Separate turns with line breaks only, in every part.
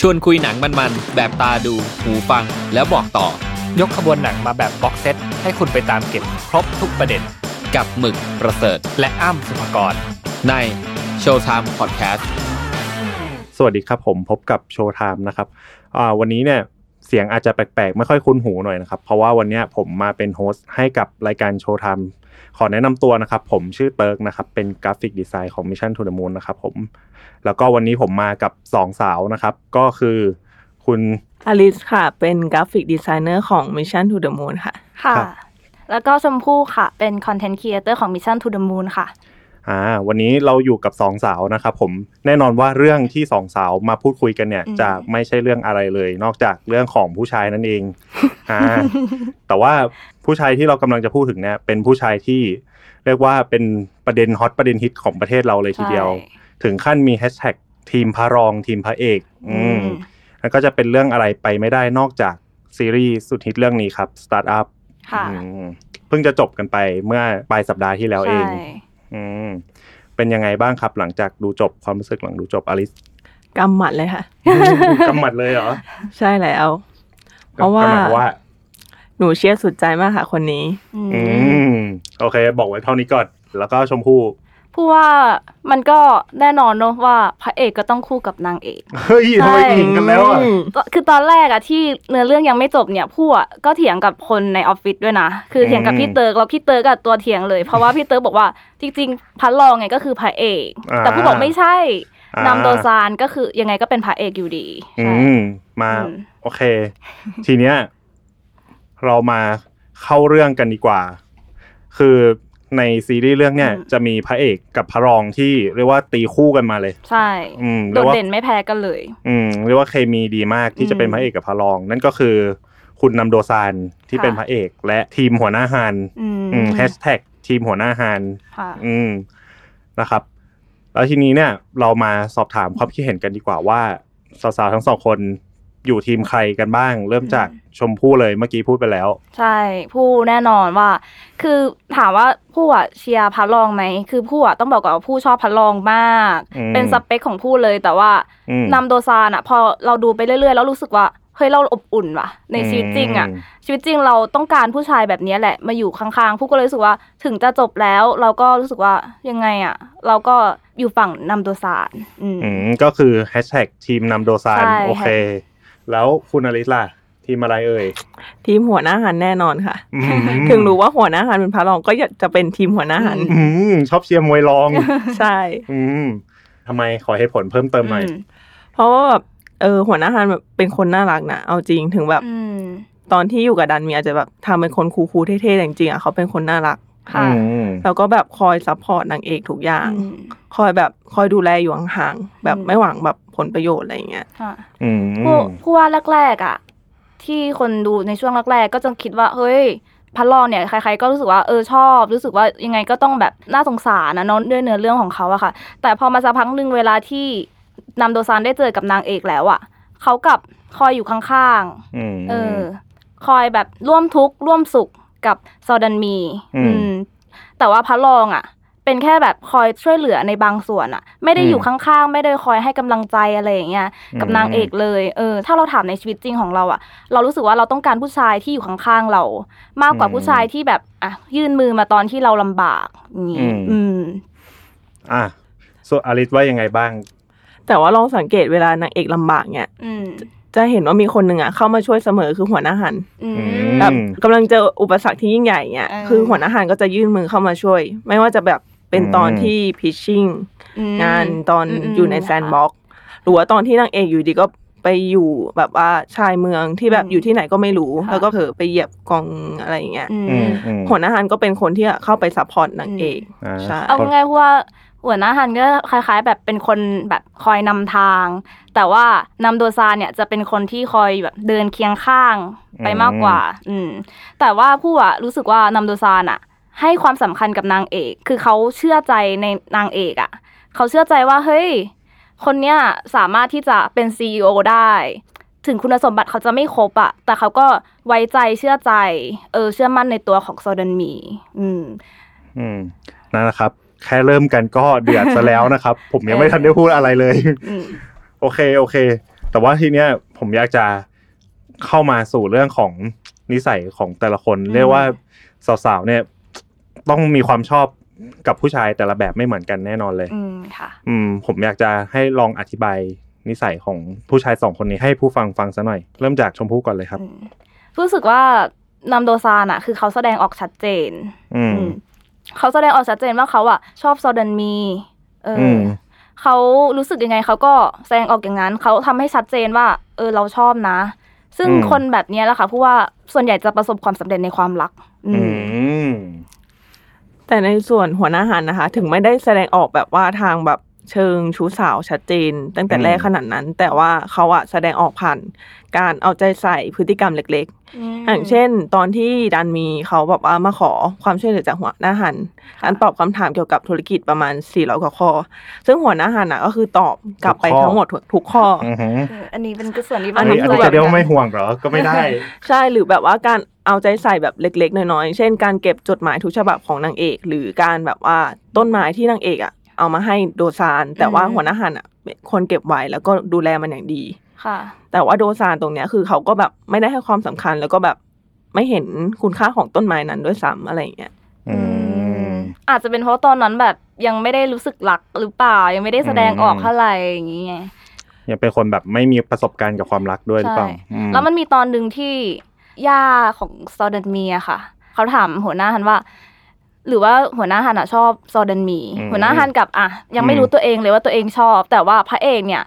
ชวนคุยหนังมันๆ แบบตาดู หูฟัง แล้วบอกต่อ
ยกขบวนหนังมาแบบบ็อกเซตให้คุณไปตามเก็บครบทุกประเด็น
กับหมึกประเสริฐ
และอ้ำสุภกร
ในโชว์ไทม์พอดแคสต์
สวัสดีครับผมพบกับโชว์ไทม์นะครับอ่าวันนี้เนี่ยเสียงอาจจะแปลกๆ ไม่ค่อยคุ้นหูหน่อยนะครับ เพราะว่าวันเนี้ยผมมาเป็นโฮสต์ให้กับรายการโชว์ไทม์ขอแนะนำตัวนะครับ ผมชื่อเติร์กนะครับ เป็นกราฟิกดีไซน์ของ Mission to the Moon นะครับผม แล้วก็วันนี้ผมมากับสองสาวนะครับ ก็คือคุณ
อลิสค่ะ เป็นกราฟิกดีไซเนอร์ของ Mission to the Moon ค่ะ
ค่ะ
ครับ
แล้วก็ชมพู่ค่ะ เป็นคอนเทนต์ครีเอเตอร์ของ Mission to the Moon ค่ะ
อ่าวันนี้เราอยู่กับสองสาวนะครับผมแน่นอนว่าเรื่องที่สองสาวมาพูดคุยกันเนี่ย
อืม
จะไม่ใช่เรื่องอะไรเลย นอกจากเรื่องของผู้ชายนั่นเองอ่า แต่ว่าผู้ชายที่เรากำลังจะพูดถึงเนี่ยเป็นผู้ชายที่เรียกว่าเป็นประเด็นฮอตประเด็นฮิตของประเทศเราเลยทีเดียว
ใช่
ถึงขั้นมีแฮชแท็กทีมพระรองทีมพระเอก อื
อื
ม
ม
แล้วก็จะเป็นเรื่องอะไรไปไม่ได้นอกจากซีรีส์สุดฮิตเรื่องนี้ครับ Start Up
ค่ะ
อืมเพิ่งจะจบกันไปเมื่อปลายสัปดาห์ที่แล้วเอง
ใช่
อืมเป็นยังไงบ้างครับหลังจากดูจบความรู้สึกหลังดูจบอลิ ส
กำหมัดเลยค่ะ
กำหมัดเลยเหรอ
ใช่แล้ว เพราะว่า
กำหมัดว่า
หนูเชียร์สุดใจมากค่ะคนนี้
อื
อื
ม
มโอเค บอกไว้เท่านี้ก่อน แล้วก็ชมพู่
พูดว่ามันก็แน่นอนเนอะว่าพระเอกก็ต้องคู่กับนางเอก
เฮ้ยทำไมขิงกันแล้วอ่ะ
ก็คือตอนแรกอะที่เนื้อเรื่องยังไม่จบเนี่ยผู้อะก็เถียงกับคนในออฟฟิศด้วยนะ คือเถียงกับ
อืม
พี่เติร์กแล้วพี่เติร์กอะตัวเถียงเลย เพราะว่าพี่เติร์กบอกว่าจริงๆพันรองไงก็คือพระเอก
อ่า
แต่ผู้บอกไม่ใช่
อ่าน
ำโดซานก็คือยังไงก็เป็นพระเอกอยู่ดี
อื
ใช่
มมา
อืม
โอเค ทีเนี้ยเรามาเข้าเรื่องกันดีกว่า คือในซีรีส์เรื่องเนี้ยจะมีพระเอกกับพระรองที่เรียกว่าตีคู่กันมาเลย
ใช่
อืม
โด
เรีย
ด
กว่า
เด่นไม่แพ้กันเลย
อืมเรียกว่าเคมีดีมากที่จะเป็นพระเอกกับพระรอง นั่นก็คือคุณนำโดซานที่
ค่ะ
เป็นพระเอก และทีมหัวหน้าฮาน
อืม
แฮชแท็กทีมหัวหน้าฮาน
ค่ะ
อืมนะครับ แล้วทีนี้เนี่ยเรามาสอบถามความคิดเห็นกันดีกว่าว่าสาวๆทั้งสองคนอยู่ทีมใครกันบ้าง เริ่มจากชมพู่เลยเมื่อกี้พูดไปแล้ว
ใช่ผู้แน่นอนว่า คือถามว่าผู้อ่ะเชียร์พัดลองไหมคือผู้อ่ะต้องบอกก่อนว่าผู้ชอบพัดลองมาก
อืม
เป็นสเปคของผู้เลยแต่ว่า
อืม
นำโดซานอะพอเราดูไปเรื่อยๆ แล้วรู้สึกว่าเฮ้ยเราอบอุ่นว่ะ ในชีวิตจริงอะชีวิตจริงเราต้องการผู้ชายแบบเนี้ยแหละมาอยู่ข้างๆผู้ก็เลยรู้สึกว่าถึงจะจบแล้ว เราก็รู้สึกว่ายังไงอะเราก็อยู่ฝั่งนำโดซานอืม
อืมก็คือแฮชแท็กทีมนำโดซาน
ใช่
โอเค แล้วคุณอลิสล่ะ ทีมอะไรเอ่ย
ทีมหัวหน้าหันแน่นอนค่ะ
อืม
ถึงรู้ว่าหัวหน้าหันเป็นพระรองก็อยากจะเป็นทีมหัวหน้าหัน
อืมชอบเชียร์มวยรอง
ใช่
อืมทำไมขอให้ผลเพิ่มเติมหน่อย
อืม
เพราะว่าแบบเออหัวหน้าหันแบบเป็นคนน่ารักนะ เอาจริงถึงแบบ
อืม
ตอนที่อยู่กับดันมีอาจจะแบบทำเป็นคนคูลๆเท่ๆแต่จริงๆอ่ะเขาเป็นคนน่ารัก
ค่ะ
อืม
แล้วก็แบบคอยซัพพอร์ตนางเอกทุกอย่าง
อืม
คอยแบบคอยดูแลอยู่ห่างๆแบบ
อืม
ไม่หวังแบบผลประโยชน์อะไรอย่างเงี้ย
ค่ะ
อืม
ผู้ผู้ว่าแรกๆอ่ะที่คนดูในช่วงแรกๆก็จะคิดว่า เฮ้ยพัดลองเนี่ยใคร ๆ ก็รู้สึกว่าเออชอบ รู้สึกว่ายังไงก็ต้องแบบน่าสงสารนะเนอะด้วยเนื้อเรื่องของเขาอะค่ะ แต่พอมาสักพักหนึ่งเวลาที่นำโดซานได้เจอกับนางเอกแล้วอะเขากลับคอยอยู่ข้าง
อืม
ๆเออ คอยแบบร่วมทุกข์ร่วมสุขกับซอดันมี
อืม
อืม แต่ว่าพัดลองอะเป็นแค่แบบคอยช่วยเหลือในบางส่วนอะไม่ได้
อืม
อยู่ข้างๆ ไม่ได้คอยให้กำลังใจอะไรอย่างเงี้ย กับนางเอกเลย เออ ถ้าเราถามในชีวิตจริงของเราอะเรารู้สึกว่าเราต้องการผู้ชายที่อยู่ข้างๆเรา มากกว่า
อืม
ผู้ชายที่แบบ อ่ะ ยื่นมือมาตอนที่เราลำบากอย่าง
อื
นี้
ม
อืม
อ่ะส่วนอลิสว่ายังไงบ้าง
แต่ว่าลองสังเกตเวลานางเอกลำบากเนี่ย
อืม
จะเห็นว่ามีคนหนึ่งอ่ะเข้ามาช่วยเสมอคือหัวหน้าหัน
อืม
ม
แบบกำลังเจออุปสรรคที่ยิ่งใหญ่เนี่ย
เออ
คือหัวหน้าหันก็จะยื่นมือเข้ามาช่วย ไม่ว่าจะแบบเป็นตอนที่พิชชิ่ง
อืม
งานตอน
ม
อยู่ในแซนด์บ็อกหรือว่าตอนที่นางเอกอยู่ดีก็ไปอยู่แบบว่าชายเมืองที่แบบอยู่ที่ไหนก็ไม่รู้ แล้วก็เผลอไปเหยียบกองอะไรอย่างเงี้ย
อืม
อืมอืม
หัวหน้าฮันก็เป็นคนที่เข้าไปซัพพอร์ตนางเอก
อ่า
ใช่
เอาง่ายๆว่าหัวหน้าฮันก็คล้าย ๆ แบบเป็นคนแบบคอยนำทาง แต่ว่านำโดซานเนี่ยจะเป็นคนที่คอยแบบเดินเคียงข้างไปมากกว่า อืม แต่ว่าผู้อะรู้สึกว่านำโดซานอะให้ความสำคัญกับนางเอก คือเขาเชื่อใจในนางเอกอะเขาเชื่อใจว่าเฮ้ย คนเนี้ยสามารถที่จะเป็น CEO ได้ ถึงคุณสมบัติเขาจะไม่ครบอะแต่เขาก็ไว้ใจเชื่อใจเออเชื่อมั่นในตัวของโซดันมี อืม
อืมนั่นแหละครับ แค่ เริ่มกันก็เดือดซะแล้วนะครับ ผมยังไม่ทันได้พูดอะไรเลย
อืม
โอเค โอเค แต่ว่าทีเนี้ยผมอยากจะเข้ามาสู่เรื่องของนิสัยของแต่ละคน
อืม
เรียกว่าสาวๆเนี่ยต้องมีความชอบกับผู้ชายแต่ละแบบไม่เหมือนกันแน่นอนเลย
อืมค่ะ
อืมผมอยากจะให้ลองอธิบายนิสัยของผู้ชายสองคนนี้ให้ผู้ฟังฟังซะหน่อย เริ่มจากชมพู่ก่อนเลยครับ
อืมรู้สึกว่านำโดซานอะคือเขาแสดงออกชัดเจน
อืม
อืมเขาแสดงออกชัดเจนว่าเขาอะชอบซอดันมีเอออ
อืม
เขารู้สึกยังไงเขาก็แสดงออกอย่างนั้น เขาทำให้ชัดเจนว่า เออเราชอบนะ ซึ่ง
อืม
คนแบบเนี้ยแหละค่ะผู้ว่าส่วนใหญ่จะประสบความสำเร็จในความรัก อื
อื
ม
ม
แต่ในส่วนหัวหน้าหันนะคะ ถึงไม่ได้แสดงออกแบบว่าทางแบบเชิงชู้สาวชัดเจน ตั้งแต่แรก
อืม
ขนาดนั้น แต่ว่าเขาอะแสดงออกผ่านการเอาใจใส่พฤติกรรมเล็กๆ อย่างเช่น ตอนที่ดันมีเขาแบบว่ามาขอความช่วยเหลือจากหัวหน้าหัน
ค่ะ
การตอบคำถามเกี่ยวกับธุรกิจประมาณ 400กว่าข้อ ซึ่งหัวหน้าหันอะก็คือตอบกลับไปทั้งหมดทุกข้อ
อือหือ
เอออันนี้เป็นส่วนที่
อัน
ว่า
นี้อัน
ทำ
นี้
ใจ
จะเรียกว่าไม่ห่วงเหรอ ก็ไม่ได้
ใช่หรือแบบว่าการเอาใจใส่แบบเล็ก ๆ น้อยๆเช่น การเก็บจดหมายทุกฉบับของนางเอก หรือการแบบว่าต้นไม้ที่นางเอกอะเอามาให้โดซาน แต่ว่าหัวหน้าหันอะเป็นคนเก็บไว้แล้วก็ดูแลมันอย่างดี
ค่ะ
แต่ว่าโดซานตรงเนี้ยคือเขาก็แบบไม่ได้ให้ความสำคัญ แล้วก็แบบไม่เห็นคุณค่าของต้นไม้นั้นด้วยซ้ำอะไรอย่างเงี้ย
อืม
อาจจะเป็นเพราะตอนนั้นแบบยังไม่ได้รู้สึกรักหรือเปล่า ยังไม่ได้แสดงออกเท่าไหร่อย่างนี้ไง
ยังเป็นคนแบบไม่มีประสบการณ์กับความรักด้วยหรือเปล่า
ใช่
อื
แล้วมันมีตอนหนึ่งที่ย่าของซอดันมีอะค่ะ เขาถามหัวหน้าฮันว่า หรือว่าหัวหน้าฮันอะชอบซอดันมี
อืม
หัวหน้าฮันกับอะยังไม่รู้ตัวเองเลยว่าตัวเองชอบ แต่ว่าพระเอกเนี่ย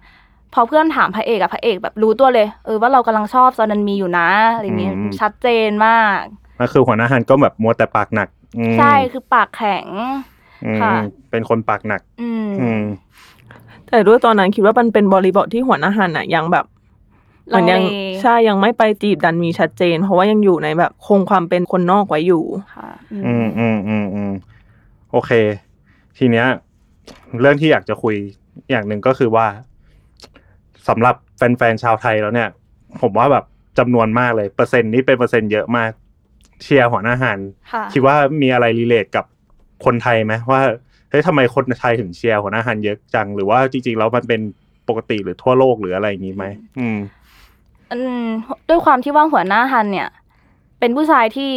พอเพื่อนถามพระเอกอะพระเอกแบบรู้ตัวเลยเออว่าเรากำลังชอบซอดันมีอยู่นะอะไรเงี้ย
อืม
ชัดเจนมาก
ก็คือหัวหน้าหันก็แบบมัวแต่ปากหนักอืม
ใช่คือปากแข็ง
อืม
ค่ะ
เป็นคนปากหนัก
อืม
อืม
แต่ด้วยตอนนั้นคิดว่ามันเป็นบริบทที่หัวหน้าหันอะยังแบบ
ลังเล
ยัใช่ยังไม่ไปจีบดันมีชัดเจน เพราะว่ายังอยู่ในแบบคงความเป็นคนนอกไว้อยู่
ค่ะ
อืมอืมอืมอืมโอเค ทีเนี้ย เรื่องที่อยากจะคุยอย่างหนึ่งก็คือว่าสำหรับแฟนๆชาวไทยแล้วเนี่ย ผมว่าแบบจำนวนมากเลยเปอร์เซ็นต์นี้เป็นเปอร์เซ็นต์เยอะมาก เชียร์หัวหน้าหัน
ค่ะ
คิดว่ามีอะไรรีเลทกับคนไทยไหมว่าเฮ้ยทำไมคนไทยถึงเชียร์หัวหน้าฮันเยอะจัง หรือว่าจริงๆแล้วมันเป็นปกติหรือทั่วโลกหรืออะไรอย่างนี้ไหมอืม
อืมด้วยความที่ว่าหัวหน้าฮันเนี่ย เป็นผู้ชายที่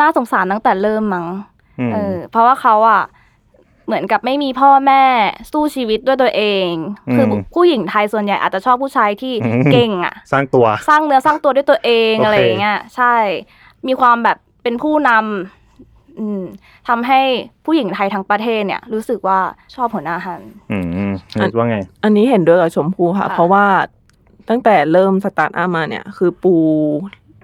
น่าสงสารตั้งแต่เริ่มมั้ง
อืม
เออเพราะว่าเขาอ่ะเหมือนกับไม่มีพ่อแม่สู้ชีวิตด้วยตัวเอง
อืม
คือผู้หญิงไทยส่วนใหญ่อาจจะชอบผู้ชายที่
อืม
เก่งอ่ะ
สร้างตัว
สร้างเนื้อสร้างตัวด้วยตัวเอง
โอเค
อะไรอย่างเงี้ยใช่ มีความแบบเป็นผู้นำอืมทำให้ผู้หญิงไทยทั้งประเทศเนี่ย รู้สึกว่าชอบหัวหน้าฮัน
อืมคิดว่าไง
อันนี้เห็นด้วยกับชมพูค่ะ
ค่ะ
เพราะว่าตั้งแต่เริ่มสตาร์ทอัพมาเนี่ย คือปู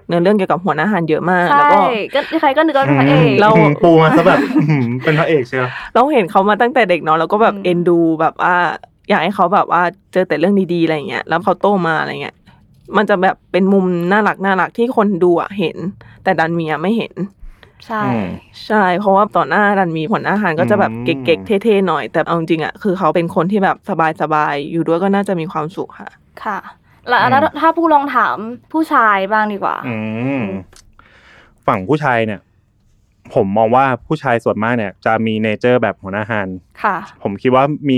เนื้อเรื่องเกี่ยวกับหัวหน้าหันเยอะมาก แล้ว
ใช่
ก็
ก็ใครก็นึกว่าเป็นพระเอก
เรา
ปูมาซะแบบ อื้อหือเป็นพระเอกเชียว
เราเห็นเขามาตั้งแต่เด็กเนาะแล้วก็แบบ
อืม
เอ็นดูแบบว่าอยากให้เขาแบบว่าเจอแต่เรื่องดีๆอะไรอย่างเงี้ยแล้วเขาโตมาอะไรเงี้ยมันจะแบบเป็นมุมน่ารักน่ารักที่คนดูอะเห็น แต่ดันเมียไม่เห็น
ใช่
อืม
ใช่ เพราะว่าต่อหน้าดันมีผลอาหารก็จะแบบ
อืม
เก๊กๆเท่ๆหน่อย แต่เอาจริงๆอะคือเขาเป็นคนที่แบบสบายๆอยู่ด้วยก็น่าจะมีความสุขค่ะ
ค่ะ แล้วถ้า
อืม
ถ้าผู้ลองถามผู้ชายบ้างดีกว่า
อืมฝั่งผู้ชายเนี่ย ผมมองว่าผู้ชายส่วนมากเนี่ย จะมีเนเจอร์แบบหัวหน้าฮัน
ค่ะ
ผมคิดว่ามี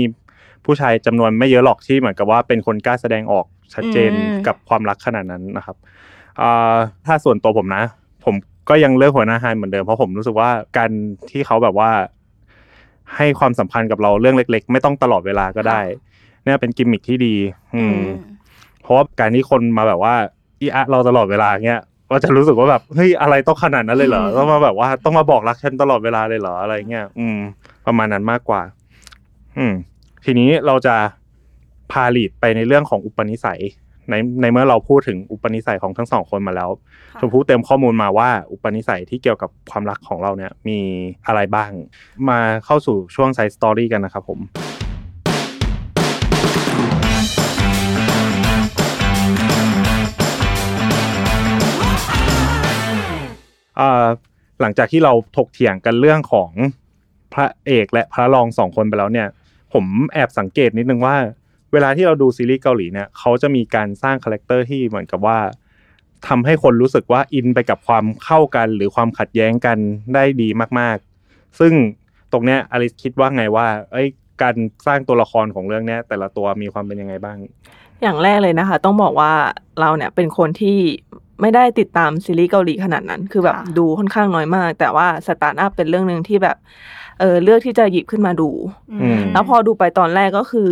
ผู้ชายจำนวนไม่เยอะหรอกที่เหมือนกับว่าเป็นคนกล้าแสดงออกชัดเจน
อืม
กับความรักขนาดนั้นนะครับอ่าถ้าส่วนตัวผมนะ ผมก็ยังเลือกหัวหน้าไฮเหมือนเดิมเพราะผมรู้สึกว่าการที่เขาแบบว่า ให้ความสำคัญกับเราเรื่องเล็ก ๆ ไม่ต้องตลอดเวลาก็ได้เนี่ยเป็นกิมมิคที่ดี อืม เพราะว่าการที่คนมาแบบว่าอีอะเราตลอดเวลาเงี้ยก็จะรู้สึกว่าแบบเฮ้ยอะไรต้องขนาดนั้นเลยเหรอ
อืม
ต้องมาแบบว่าต้องมาบอกรักฉันตลอดเวลาเลยเหรออะไรเงี้ยอืม ประมาณนั้นมากกว่า อืม ทีนี้เราจะพาลีดไปในเรื่องของอุปนิสัย ในในเมื่อเราพูดถึงอุปนิสัยของทั้งสองคนมาแล้วชมพู่เต็มข้อมูลมาว่าอุปนิสัยที่เกี่ยวกับความรักของเราเนี่ย มีอะไรบ้าง มาเข้าสู่ช่วงไซส์สตอรี่กันนะครับผม เอ่อหลังจากที่เราถกเถียงกันเรื่องของพระเอกและพระรองสองคนไปแล้วเนี่ย ผมแอบสังเกตนิดนึงว่า เวลาที่เราดูซีรีส์เกาหลีเนี่ยเขาจะมีการสร้างคาแรคเตอร์ที่เหมือนกับว่าทำให้คนรู้สึกว่าอินไปกับความเข้ากัน หรือความขัดแย้งกันได้ดีมากๆ ซึ่งตรงเนี้ยอลิสคิดว่าไงว่า เอ้ยการสร้างตัวละครของเรื่องเนี้ยแต่ละตัวมีความเป็นยังไงบ้าง
อย่างแรกเลยนะคะ ต้องบอกว่าเราเนี่ยเป็นคนที่ไม่ได้ติดตามซีรีส์เกาหลีขนาดนั้น คือแบบ
ค่ะ
ดูค่อนข้างน้อยมาก แต่ว่าสตาร์ทอัพเป็นเรื่องหนึ่งที่แบบเออเลือกที่จะหยิบขึ้นมาดู
อืม
แล้วพอดูไปตอนแรกก็คือ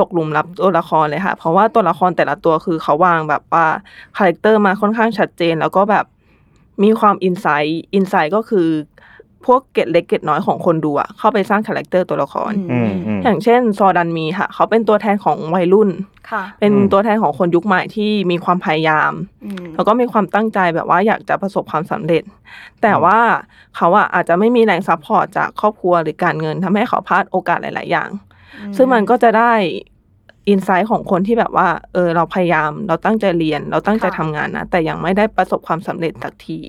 ตกหลุมรักตัวละครเลยค่ะ เพราะว่าตัวละครแต่ละตัวคือเขาวางแบบว่าคาแรคเตอร์มาค่อนข้างชัดเจน แล้วก็แบบมีความอินไซต์อินไซต์ก็คือ พวกเกตเล็กเกตน้อยของคนดูอะเข้าไปสร้างคาแรคเตอร์ตัวละคร
อืมอืม
อย่างเช่นซอดันมีค่ะ เขาเป็นตัวแทนของวัยรุ่น
ค่ะ
เป็น
อืม
ตัวแทนของคนยุคใหม่ที่มีความพยายาม
อืม
แล้วก็มีความตั้งใจแบบว่าอยากจะประสบความสำเร็จ แต่ว่าเขาอะอาจจะไม่มีแรงซัพพอร์ตจากครอบครัวหรือการเงินทำให้เขาพลาดโอกาสหลาย ๆ อย่าง ซึ่งมันก็จะได้อินไซต์ของคนที่แบบว่า เออเราพยายาม เราตั้งใจเรียน เราตั้งใจ
ค่ะ
ทำงานนะ แต่ยังไม่ได้ประสบความสำเร็จสักที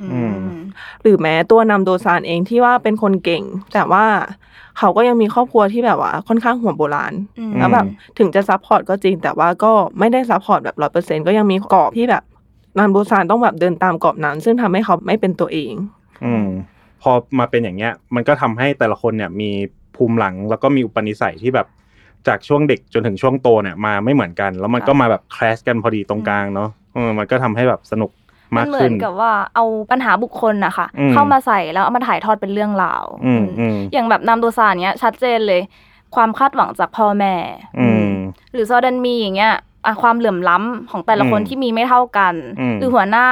อื
อื
ม
ม
หรือแม้ตัวนำโดซานเองที่ว่าเป็นคนเก่ง แต่ว่าเขาก็ยังมีครอบครัวที่แบบว่าค่อนข้างหัวโบราณ
อืม
แล้วแบบถึงจะซัพพอร์ตก็จริง แต่ว่าก็ไม่ได้ซัพพอร์ตแบบร้อยเปอร์เซ็นก็ยังมีกรอบที่แบบนำโดซานต้องแบบเดินตามกรอบนั้น ซึ่งทำให้เขาไม่เป็นตัวเอง
อืมพอมาเป็นอย่างเงี้ย มันก็ทำให้แต่ละคนเนี่ยมีภูมิหลังแล้วก็มีอุปนิสัยที่แบบจากช่วงเด็กจนถึงช่วงโตเนี่ยมาไม่เหมือนกัน แล้วมันก็มาแบบคลาสกันพอดีตรงกลางเนาะเออมันก็ทำให้แบบสนุก
มั
มาน ก
เหมื
ขึ้
อน นกับว่าเอาปัญหาบุคคลนะคะ
อืม
เข้ามาใส่แล้วเอามาถ่ายทอดเป็นเรื่องราว
อืม
อืม
อืม
อย่างแบบนำตัวสารเนี้ยชัดเจนเลย ความคาดหวังจากพ่อแม่
อืม
หรือซอดันมีอย่างเงี้ยอ่ะความเหลื่อมล้ำของแต่ละคน
อืม
ที่มีไม่เท่ากัน
อืม
หรือหัวหน้า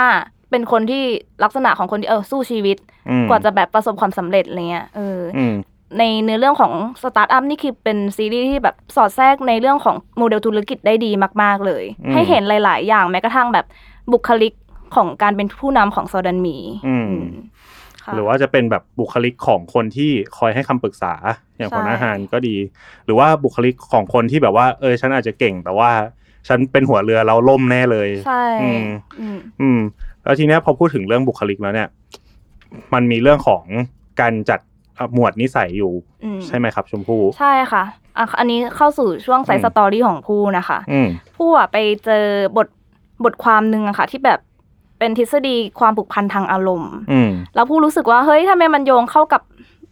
เป็นคนที่ลักษณะของคนที่เออสู้ชีวิต
อืม
กว่าจะแบบประสบความสำเร็จอะไรเงี้ยเอออ
อืม
ในเนื้อเรื่องของสตาร์ทอัพนี่คือเป็นซีรีส์ที่แบบสอดแทรกในเรื่องของโมเดลธุรกิจได้ดีมาก ๆ เลย
อืม
ให้เห็นหลาย ๆ อย่างแม้กระทั่งแบบบุคลิกของการเป็นผู้นำของซอดันมี
อืม
อืมค่ะ
หรือว่าจะเป็นแบบบุคลิกของคนที่คอยให้คำปรึกษาอย่าง
ใช่
หัวหน้าหารก็ดี หรือว่าบุคลิกของคนที่แบบว่า เออ ฉันอาจจะเก่ง แต่ว่าฉันเป็นหัวเรือเราล่มแน่เลย
ใช่
อืม
อืม
อืมแล้วทีเนี้ยพอพูดถึงเรื่องบุคลิกแล้วเนี่ย มันมีเรื่องของการจัดหมวดนิสัยอยู่
อืม
ใช่ไหมครับ ชมพู่
ใช่ค่ะอ่ะ อันนี้เข้าสู่ช่วงไซ
อื
ส์
ม
สตอรี่ของผู้นะคะ
อืม
ผู้อ่ะไปเจอบทบทความหนึ่งอะค่ะ ที่แบบเป็นทฤษฎีความผูกพันทางอารมณ์
อืม
แล้วผู้รู้สึกว่าเฮ้ยทำไมมันโยงเข้ากับ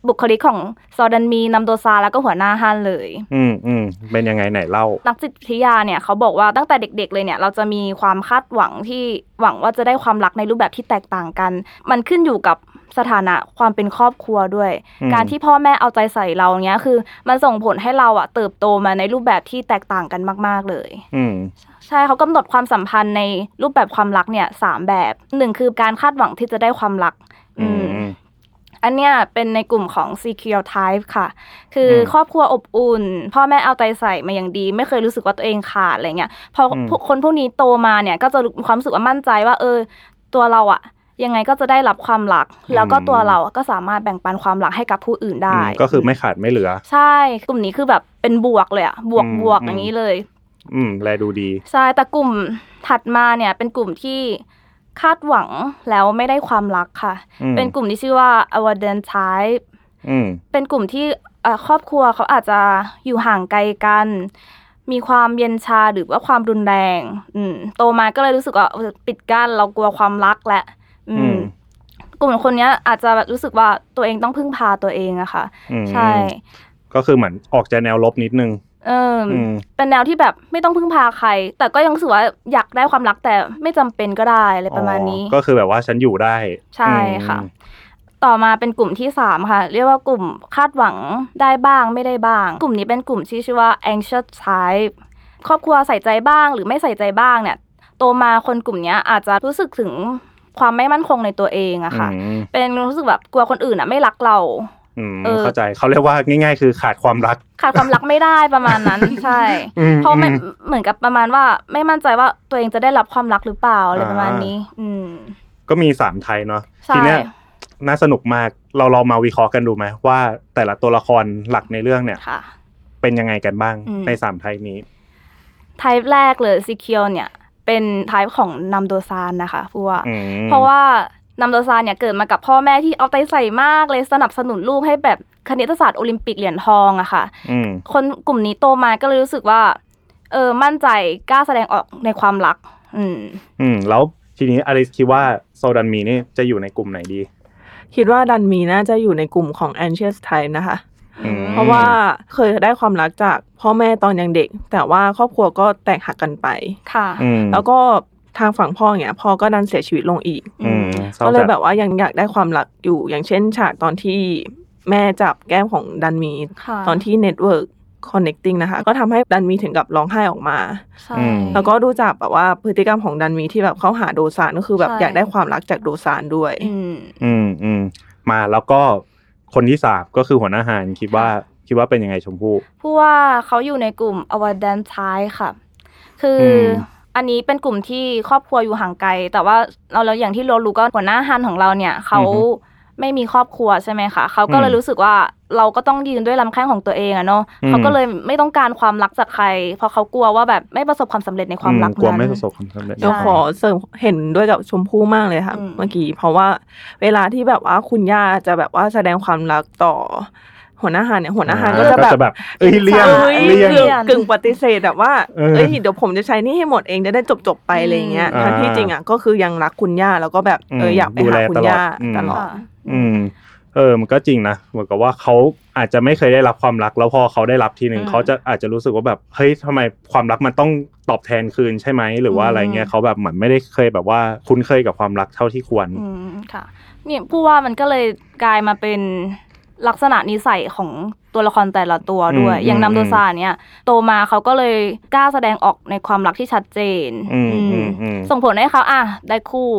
บุคลิกของซอดันมีนำโดซาแล้วก็หัวหน้าฮันเลย
อืมอืมเป็นยังไงไหนเล่า
นักจิตวิทยาเนี่ยเขาบอกว่าตั้งแต่เด็กๆเลยเนี่ย เราจะมีความคาดหวังที่หวังว่าจะได้ความรักในรูปแบบที่แตกต่างกัน มันขึ้นอยู่กับสถานะความเป็นครอบครัวด้วย
อืม
การที่พ่อแม่เอาใจใส่เราเนี้ยคือ มันส่งผลให้เราอะเติบโตมาในรูปแบบที่แตกต่างกันมากๆเลย
อืม
ใช่เขากำหนดความสัมพันธ์ในรูปแบบความรักเนี่ยสามแบบหนึ่งคือการคาดหวังที่จะได้ความรัก
อืม
อันเนี้ยเป็นในกลุ่มของ secure type ค่ะ คืออ
ม
ครอบครัวอบอุ่น พ่อแม่เอาใจใส่มาอย่างดี ไม่เคยรู้สึกว่าตัวเองขาดอะไรเงี้ย พออ
ม
พวกคนพวกนี้โตมาเนี่ย ก็จะรู้ความรู้สึกว่ามั่นใจว่า เออ ตัวเราอะยังไงก็จะได้รับความรัก แล้วก็ตัวเราก็สามารถแบ่งปันความรักให้กับผู้อื่น
อื
ได้
มก็คือไม่ขาดไม่เหลือ
ใช่ กลุ่มนี้คือแบบเป็นบวกเลยอะบวก
อืม
บวก
อืม
อย่างนี้เลย
อืม แลดูดี
ใช่แต่กลุ่มถัดมาเนี่ยเป็นกลุ่มที่คาดหวังแล้วไม่ได้ความรักค่ะ
อืม
เป็นกลุ่มที่ชื่อว่า avoidant type
อืม
เป็นกลุ่มที่เอ่อครอบครัวเขาอาจจะอยู่ห่างไกลกัน มีความเย็นชาหรือว่าความรุนแรงอืมโตมาก็เลยรู้สึกว่าเออปิดกั้นเรากลัวความรักแหละอื
อื
ม
ม
กลุ่มคนเนี้ยอาจจะแบบรู้สึกว่าตัวเองต้องพึ่งพาตัวเองอะค่ะ
อืม
ใช่
ก็คือเหมือนออกจะแนวลบนิดนึง
เอออ
อืม
เป็นแนวที่แบบไม่ต้องพึ่งพาใคร แต่ก็ยังรู้สึกว่าอยากได้ความรักแต่ไม่จำเป็นก็ได้อะไรประมาณนี้
อ๋อก็คือแบบว่าฉันอยู่ได้
ใช่ค่ะ ต่อมาเป็นกลุ่มที่สามค่ะ เรียกว่ากลุ่มคาดหวังได้บ้างไม่ได้บ้าง กลุ่มนี้เป็นกลุ่มที่ชื่อว่า anxious type ครอบครัวใส่ใจบ้างหรือไม่ใส่ใจบ้างเนี่ย โตมาคนกลุ่มเนี้ยอาจจะรู้สึกถึงความไม่มั่นคงในตัวเอง
อืม
อะค่ะ
อืม
เป็นรู้สึกแบบกลัวคนอื่นอะไม่รักเรา
อืม
เออ
เข้าใจเขาเรียกว่าง่าย ๆ คือขาดความรัก
ขาดความรักไม่ได้ประมาณ นั้น ใช่
อืม
เพราะไม่
อืม
เหมือนกับประมาณว่าไม่มั่นใจว่าตัวเองจะได้รับความรักหรือเปล่าอะไรประมาณ
อ่านี้
นี้ อืม
ก็มีสามไทยเนาะ
ใช่
ทีเนี้ยน่าสนุกมากเราลองมาวิเคราะห์กันดูไหมว่าแต่ละตัวละครหลักในเรื่องเนี่ย
ค่ะ
เป็นยังไงกันบ้าง
อืม
ในสามไทยนี้
ไทป์แรกเลยซีเคียวเนี่ย เป็นไทป์ของนัมโดซานนะคะพูดว่า
อืม
เพราะว่านัมโดซานเนี่ยเกิดมากับพ่อแม่ที่เอาใจใส่มากเลยสนับสนุนลูกให้แบบคณิตศาสตร์โอลิมปิกเหรียญทองอะค่ะ
อืม
คนกลุ่มนี้โตมาก็เลยรู้สึกว่าเออมั่นใจกล้าแสดงออกในความรัก อืม
อืม แล้วทีนี้อลิสคิดว่าโซดันมีนี่จะอยู่ในกลุ่มไหนดี
คิดว่าดันมีน่าจะอยู่ในกลุ่มของ anxious type นะคะ
อืม
เพราะว่าเคยได้ความรักจากพ่อแม่ตอนยังเด็ก แต่ว่าครอบครัวก็แตกหักกันไป
ค่ะ
อืม
แล้วก็ทางฝั่งพ่อเนี่ยพ่อก็ดันเสียชีวิตลงอีก
อืมศร้
ก็เลย
จัด
แบบว่ายังอยากได้ความรักอยู่ อย่างเช่นฉากตอนที่แม่จับแก้มของดันมี
ค่ะ
ตอนที่ Network Connecting นะคะ ก็ทำให้ดันมีถึงกับร้องไห้ออกมา
ใช่
อืม
แล้วก็ดูจากแบบว่าพฤติกรรมของดันมีที่แบบเขาหาโดซานก็คือแบบ
ใช่
อยากได้ความรักจากโดซานด้วย
อืม
อืมอืมมาแล้วก็คนที่สามก็คือหัวหน้าหารคิดว่าคิดว่าเป็นยังไงชมพู่
ผู้ว่าเขาอยู่ในกลุ่มอวดานท้ายค่ะ คือ
ม
ออันนี้เป็นกลุ่มที่ครอบครัวอยู่ห่างไกล แต่ว่าเราเราอย่างที่เรารู้ก็หัวหน้าฮันของเราเนี่ยเขาไม่มีครอบครัวใช่ไหมคะเขาก็เลยรู้สึกว่าเราก็ต้องยืนด้วยลำแข้งของตัวเองอะเนาะเขาก็เลยไม่ต้องการความรักจากใคร เพราะเขากลัวว่าแบบไม่ประสบความสำเร็จในความรัก
อืกลัวไม่
นั้น
ประสบความสำเร็จ
ใช่
เดี๋ยวขอเสริมเห็นด้วยกับชมพู่มากเลยค่ะ
อืม
เมื่อกี้เพราะว่าเวลาที่แบบว่าคุณย่าจะแบบว่าแสดงความรักต่อ หัวหน้าหานเนี่ยหัวหน้าหาน
อ่า
ก็จะ
ก็จะ
แบ
แบบ บเอ้ยเลี่ยง
อ้
เลี่ยง
กึ่กึ่งปฏิเสธแบบว่า
เออ
เอ้ยเดี๋ยวผมจะใช้หนี่ให้หมดเองจะได้จบจบๆไปอะไรอย่างเงี้ย
อืม
ทั้งที่จริงอ่ะก็คือยังรักคุณย่าแล้วก็แบบเออ
ม
อยากไป
ดู
หา
แล
คุ
ตล
ณ
อด
ย่า
อืม
ตลอด
ค่ะ
อืม เออ มันก็จริงนะเหมือนกับว่าเขาอาจจะไม่เคยได้รับความรัก แล้วพอเขาได้รับทีหนึ่ง
อืม
เขาจะอาจจะรู้สึกว่าแบบเฮ้ยทำไมความรักมันต้องตอบแทนคืนใช่ไหมหรือว่า
อืม
อะไรเงี้ยเขาแบบเหมือนไม่ได้เคยแบบว่าคุ้นเคยกับความรักเท่าที่ควร
อืมค่ะเนี่ยผู้ว่ามันก็เลยกลายมาเป็นลักษณะนิสัยของตัวละครแต่ละตัวด้วย
อืม
อย่าง
อืม
นำโดซาเนี่ยโตมาเขาก็เลยกล้าแสดงออกในความรักที่ชัดเจน
อืม
อืม
อืมอืม
ส่งผลให้เขาอ่ะได้คู่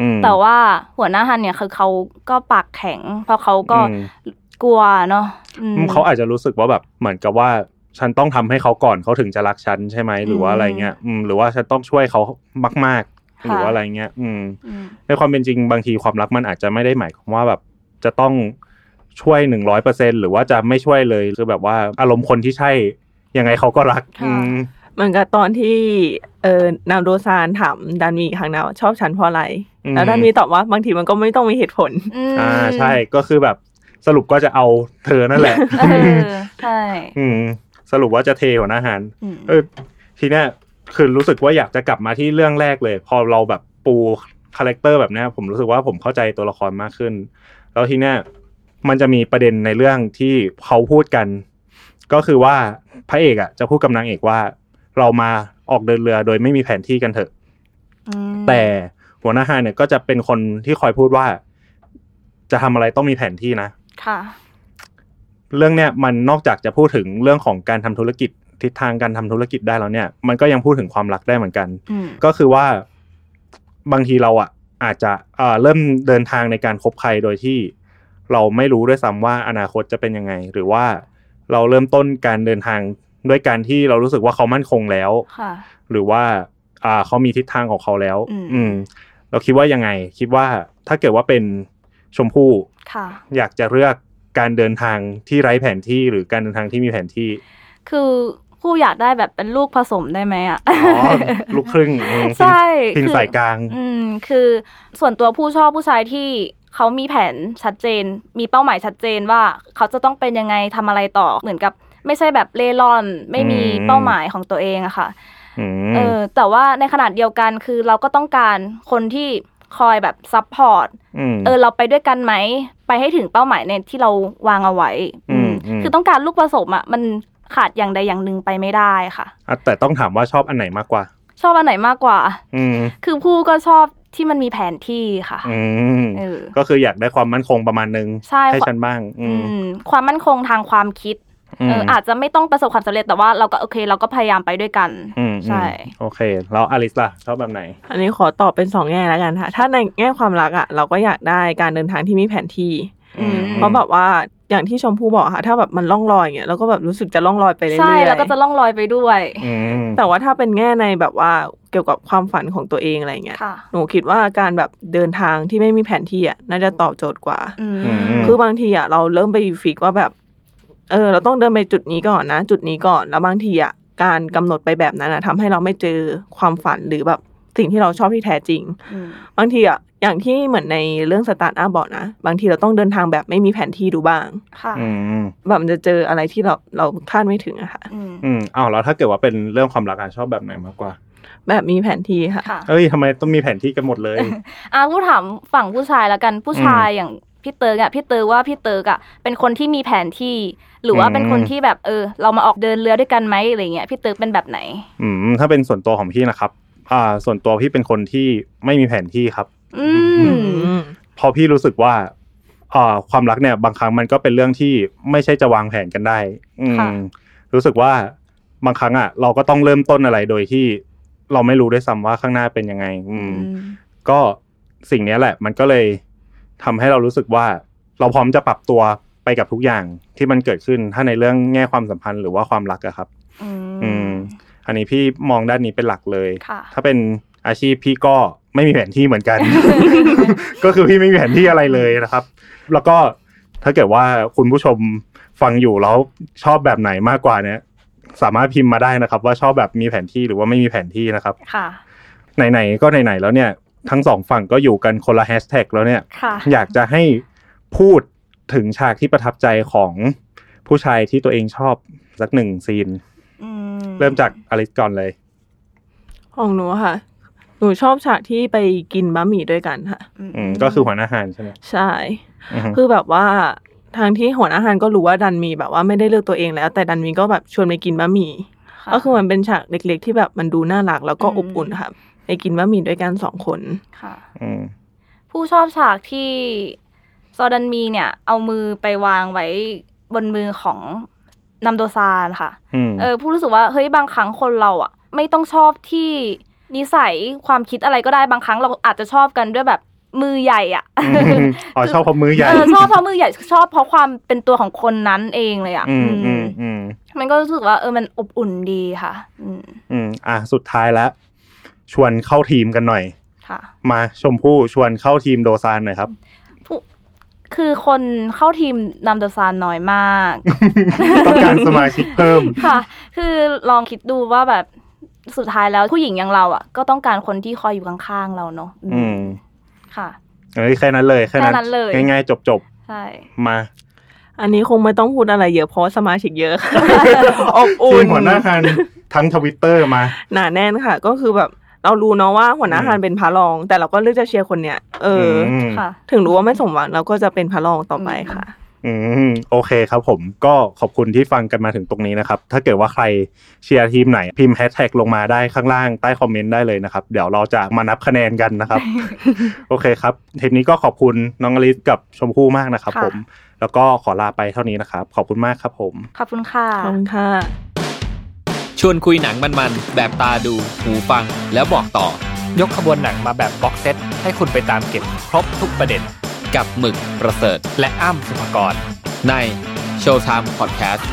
อืม
แต่ว่าหัวหน้าฮันเนี่ยคือเขาก็ปากแข็ง เพราะเขาก็
อืม
กลัวเนาะอืม
เขาอาจจะรู้สึกว่าแบบเหมือนกับว่าฉันต้องทำให้เขาก่อนเขาถึงจะรักฉันใช่ไหมหรือว่าอะไรเงี้ยอืมหรือว่าฉันต้องช่วยเขามาก ๆ
ค่ะ
หรือว่าอะไรเงี้ยอืม
อืม
ในความเป็นจริงบางทีความรักมันอาจจะไม่ได้หมายความว่าแบบจะต้องช่วยหนึ่งร้อยเปอร์เซ็นหรือว่าจะไม่ช่วยเลยคือแบบว่าอารมณ์คนที่ใช่ยังไงเขาก็รัก
ค่ะ
อืม
เหมือนกับตอนที่เออนามโดซานถามดันมีอีกครั้งนะว่าชอบฉันเพราะอะไร
อืม
แล้วดันมีตอบว่าบางทีมันก็ไม่ต้องมีเหตุผล
อืม
อ่าใช่ก็คือแบบสรุปก็จะเอาเธอนั่นแหละ
เออใช่
อืมสรุปว่าจะเทหัวหน้าหาร
อืม
เออทีเนี้ยคือรู้สึกว่าอยากจะกลับมาที่เรื่องแรกเลย พอเราแบบปูคาแรคเตอร์แบบเนี้ยผมรู้สึกว่าผมเข้าใจตัวละครมากขึ้น แล้วทีเนี้ยมันจะมีประเด็นในเรื่องที่เขาพูดกัน ก็คือว่าพระเอกอ่ะจะพูดกับนางเอกว่า เรามาออกเดินเรือโดยไม่มีแผนที่กันเถอะ แต่หัวหน้าฮานเนี่ยก็จะเป็นคนที่คอยพูดว่า จะทำอะไรต้องมีแผนที่นะ
ค่ะ
เรื่องเนี้ยมันนอกจากจะพูดถึงเรื่องของการทำธุรกิจทิศทางการทำธุรกิจได้แล้วเนี่ย มันก็ยังพูดถึงความรักได้เหมือนกัน
อืม
ก็คือว่าบางทีเราอ่ะอาจจะเอ่อเริ่มเดินทางในการคบใครโดยที่ เราไม่รู้ด้วยซ้ำว่าอนาคตจะเป็นยังไง หรือว่าเราเริ่มต้นการเดินทางด้วยการที่เรารู้สึกว่าเขามั่นคงแล้ว
ค่ะ
หรือว่าอ่าเขามีทิศทางของเขาแล้ว
อืม
อืม เราคิดว่ายังไง คิดว่าถ้าเกิดว่าเป็นชมพู่
ค่ะ
อยากจะเลือกการเดินทางที่ไร้แผนที่หรือการเดินทางที่มีแผนที่
คือผู้อยากได้แบบเป็นลูกผสมได้ไหมอ่ะ
อ๋อ ลูกครึ่งอืม
ใช่
พิง
คือ
สายกลาง
อืมคือส่วนตัวผู้ชอบผู้ชายที่เขามีแผนชัดเจน มีเป้าหมายชัดเจนว่าเขาจะต้องเป็นยังไงทำอะไรต่อเหมือนกับไม่ใช่แบบเล่ร่อน ไม่มี
อืม
เป้าหมายของตัวเองอะค่ะ
อื
เอ
ม
อแต่ว่าในขนาดเดียวกันคือเราก็ต้องการคนที่คอยแบบซัพพอร์ต
ม
เออเราไปด้วยกันไหมไปให้ถึงเป้าหมายในที่เราวางเอาไว้อื
อื
ม
มอืม
คือต้องการลูกผสมอ่ะมันขาดอย่างใดอย่างหนึ่งไปไม่ได้ค่ะ
อ่ะแต่ต้องถามว่าชอบอันไหนมากกว่า
ชอบอันไหนมากกว่า
อืม
คือผู้ก็ชอบที่มันมีแผนที่ค่ะ
อืม
เออ
ก็คืออยากได้ความมั่นคงประมาณนึง
ใช่
ฉันบ้าง อื
อื
ม
มความมั่นคงทางความคิด
อืม
เอออาจจะไม่ต้องประสบความสำเร็จแต่ว่าเราก็โอเค เราก็พยายามไปด้วยกัน
อืมอืม
ใช่
โอเค แล้วอลิสล่ะ ชอบแบบไหน
อันนี้ขอตอบเป็นสองแง่แล้วกันค่ะ ถ้าในแง่ความรักอ่ะเราก็อยากได้การเดินทางที่มีแผนที่
อืม
เพราะแบบว่าอย่างที่ชมพู่บอกค่ะ ถ้าแบบมันล่องลอยเงี้ยเราก็แบบรู้สึกจะล่องลอยไปเรื่อยๆ
ใช่แล้วก็จะล่องลอยไปด้วย
อืม
แต่ว่าถ้าเป็นแง่ในแบบว่าเกี่ยวกับความฝันของตัวเองอะไรเงี้ย
ค่ะ
หนูคิดว่าการแบบเดินทางที่ไม่มีแผนที่อ่ะน่าจะตอบโจทย์กว่า
อืม
คือบางทีอ่ะเราเริ่มไปฟิกว่าแบบ เออ เราต้องเดินไปจุดนี้ก่อนนะ จุดนี้ก่อนแล้วบางทีอ่ะการกำหนดไปแบบนั้นอะทำให้เราไม่เจอความฝันหรือแบบสิ่งที่เราชอบที่แท้จริง
ม
บางทีอ่ะอย่างที่เหมือนในเรื่องสตาร์ทอัพบอกนะบางทีเราต้องเดินทางแบบไม่มีแผนที่ดูบ้าง
ค่ะ
อืม
แบบมันจะเจออะไรที่เราเราคาดไม่ถึงอะค่ะ
อืม
อืมอ้าวแล้วถ้าเกิดว่าเป็นเรื่องความรักอะชอบแบบไหนมากกว่า
แบบมีแผนที่ค่ะ
ค่ะ
เอ้ยทำไมต้องมีแผนที่กันหมดเลย
อ่ะผู้ถามฝั่งผู้ชายแล้วกันผู้ชายอย่าง พี่เติร์กอะพี่เติร์กว่าพี่เติร์กอะเป็นคนที่มีแผนที่ หรือว่าเป็นคนที่แบบเออ เรามาออกเดินเรือด้วยกันไหมอะไรเงี้ยพี่เติร์กเป็นแบบไหน
อืมถ้าเป็นส่วนตัวของพี่นะครับอ่าส่วนตัวพี่เป็นคนที่ไม่มีแผนที่ครับ
อื
อื
ม
ม
เพราะพี่รู้สึกว่าอ่าความรักเนี่ย บางครั้งมันก็เป็นเรื่องที่ไม่ใช่จะวางแผนกันได้ อืม
ค่ะ
รู้สึกว่าบางครั้งอ่ะ เราก็ต้องเริ่มต้นอะไรโดยที่เราไม่รู้ด้วยซ้ำว่าข้างหน้าเป็นยังไง อืม ก็สิ่งเนี้ยแหละ มันก็เลยทำให้เรารู้สึกว่า เราพร้อมจะปรับตัวไปกับทุกอย่างที่มันเกิดขึ้นถ้าในเรื่องแง่ความสัมพันธ์หรือว่าความรักอะครับ
อื
อื
ม
ม อันนี้พี่มองด้านนี้เป็นหลักเลย
ค่ะ
ถ้าเป็นอาชีพพี่ก็ไม่มีแผนที่เหมือน กัน ก็คือพี่ไม่มีแผนที่อะไรเลยนะครับ แล้วก็ถ้าเกิดว่าคุณผู้ชมฟังอยู่แล้วชอบแบบไหนมากกว่าเนี่ยสามารถพิมพ์มาได้นะครับ ว่าชอบแบบมีแผนที่หรือว่าไม่มีแผนที่นะครับ
ค่ะ
ไหนๆก็ไหนๆแล้วเนี่ย ทั้งสองฝั่งก็อยู่กันคนละแฮชแท็กแล้วเนี่ย
ค่ะ
อยากจะให้พูดถึงฉากที่ประทับใจของผู้ชายที่ตัวเองชอบสักหนึ่งซีน
อื
เริ่มจากอลิสก่อนเลย
ของหนูอะค่ะ หนูชอบฉากที่ไปกินบะหมี่ด้วยกันค่ะ
อืมก็คือหัวหน้าหารใช่ไหม
ใช่
อือฮึ
คือแบบว่าทางที่หัวหน้าหารก็รู้ว่าดันมีแบบว่าไม่ได้เลือกตัวเองแล้ว แต่ดันมีก็แบบชวนไปกินบะหมี่
ะ
ก็คือมันเป็นฉากเล็กๆ ที่แบบมันดูน่ารักแล้วก็
อืม
อบอุ่นค่ะ ไปกินบะหมี่ด้วยกันสองคน
ค่ะ
อืม
ผู้ชอบฉากที่ซอดันมีเนี่ย เอามือไปวางไว้บนมือของนัมโดซานค่ะ
อืม
เออผู้รู้สึกว่าเฮ้ยบางครั้งคนเราอ่ะ ไม่ต้องชอบที่นิสัยความคิดอะไรก็ได้บางครั้งเราอาจจะชอบกันด้วยแบบมือใหญ่อ่ะ
ม อ๋อชอบพบมือใหญ่
เออชอบเพราะมือใหญ่ชอบเพราะความเป็นตัวของคนนั้นเองเลยอ่ะ
อืม
อืม
อืมอืม
มันก็รู้สึกว่าเออมันอบอุ่นดีค่ะ อืม
อืมอ่ะสุดท้ายแล้วชวนเข้าทีมกันหน่อย
ค่ะ
มาชมพู่ชวนเข้าทีมโดซานหน่อยครับ
ผู้คือคนเข้าทีมนำโดซานน้อยมาก
ต้องการสมาชิกเพิ่ม
ค่ะ คือลองคิดดูว่าแบบสุดท้ายแล้วผู้หญิงอย่างเราอ่ะ ก็ต้องการคนที่คอยอยู่ข้างๆเราเนาะอืม
อืม
ค่ะ
เอ้ยแค่นั้นเลยแค่
แค่นั้นเลย
ง่ายๆจบจบ
ใช่
ๆมา
อันนี้คงไม่ต้องพูดอะไรเยอะเพราะว่าสมาชิกเยอะค่ะ อบ
ที
อุ่
ม
น
หัวหน้าคั นทั้งทวิตเตอร์มา
หนาแน่นค่ะ ก็คือแบบเรารู้เนาะว่าหัวหน้าหารเป็นพระรอง แต่เราก็เลือกจะเชียร์คนเนี้ยเอออ
ม
ค่ะ
ถึงรู้ว่าไม่สมหวังเราก็จะเป็นพระรองต่อไปค่ะ
อืมโอเคครับผมก็ขอบคุณที่ฟังกันมาถึงตรงนี้นะครับ ถ้าเกิดว่าใครเชียร์ทีมไหนพิมพ์แฮชแท็กลงมาได้ข้างล่างใต้คอมเมนต์ได้เลยนะครับ เดี๋ยวเราจะมานับคะแนนกันนะครับ โอเคครับเทปนี้ก็ขอบคุณน้องอลิสกับชมพู่มากนะครับ
ค่ะ
ผม แล้วก็ขอลาไปเท่านี้นะครับ ขอบคุณมากครับผม
ขอบคุณค่ะ
ขอบคุณค่ะ
ชวนคุยหนังมันๆ แบบตาดู หูฟัง แล้วบอกต่อย
กขบวนหนังมาแบบบ็อกเซตให้คุณไปตามเก็บครบทุกประเด็น
กับหมึกประเสริฐ
และอ้ำสุภกร
ในโชว์ไทม์พอดแคสต์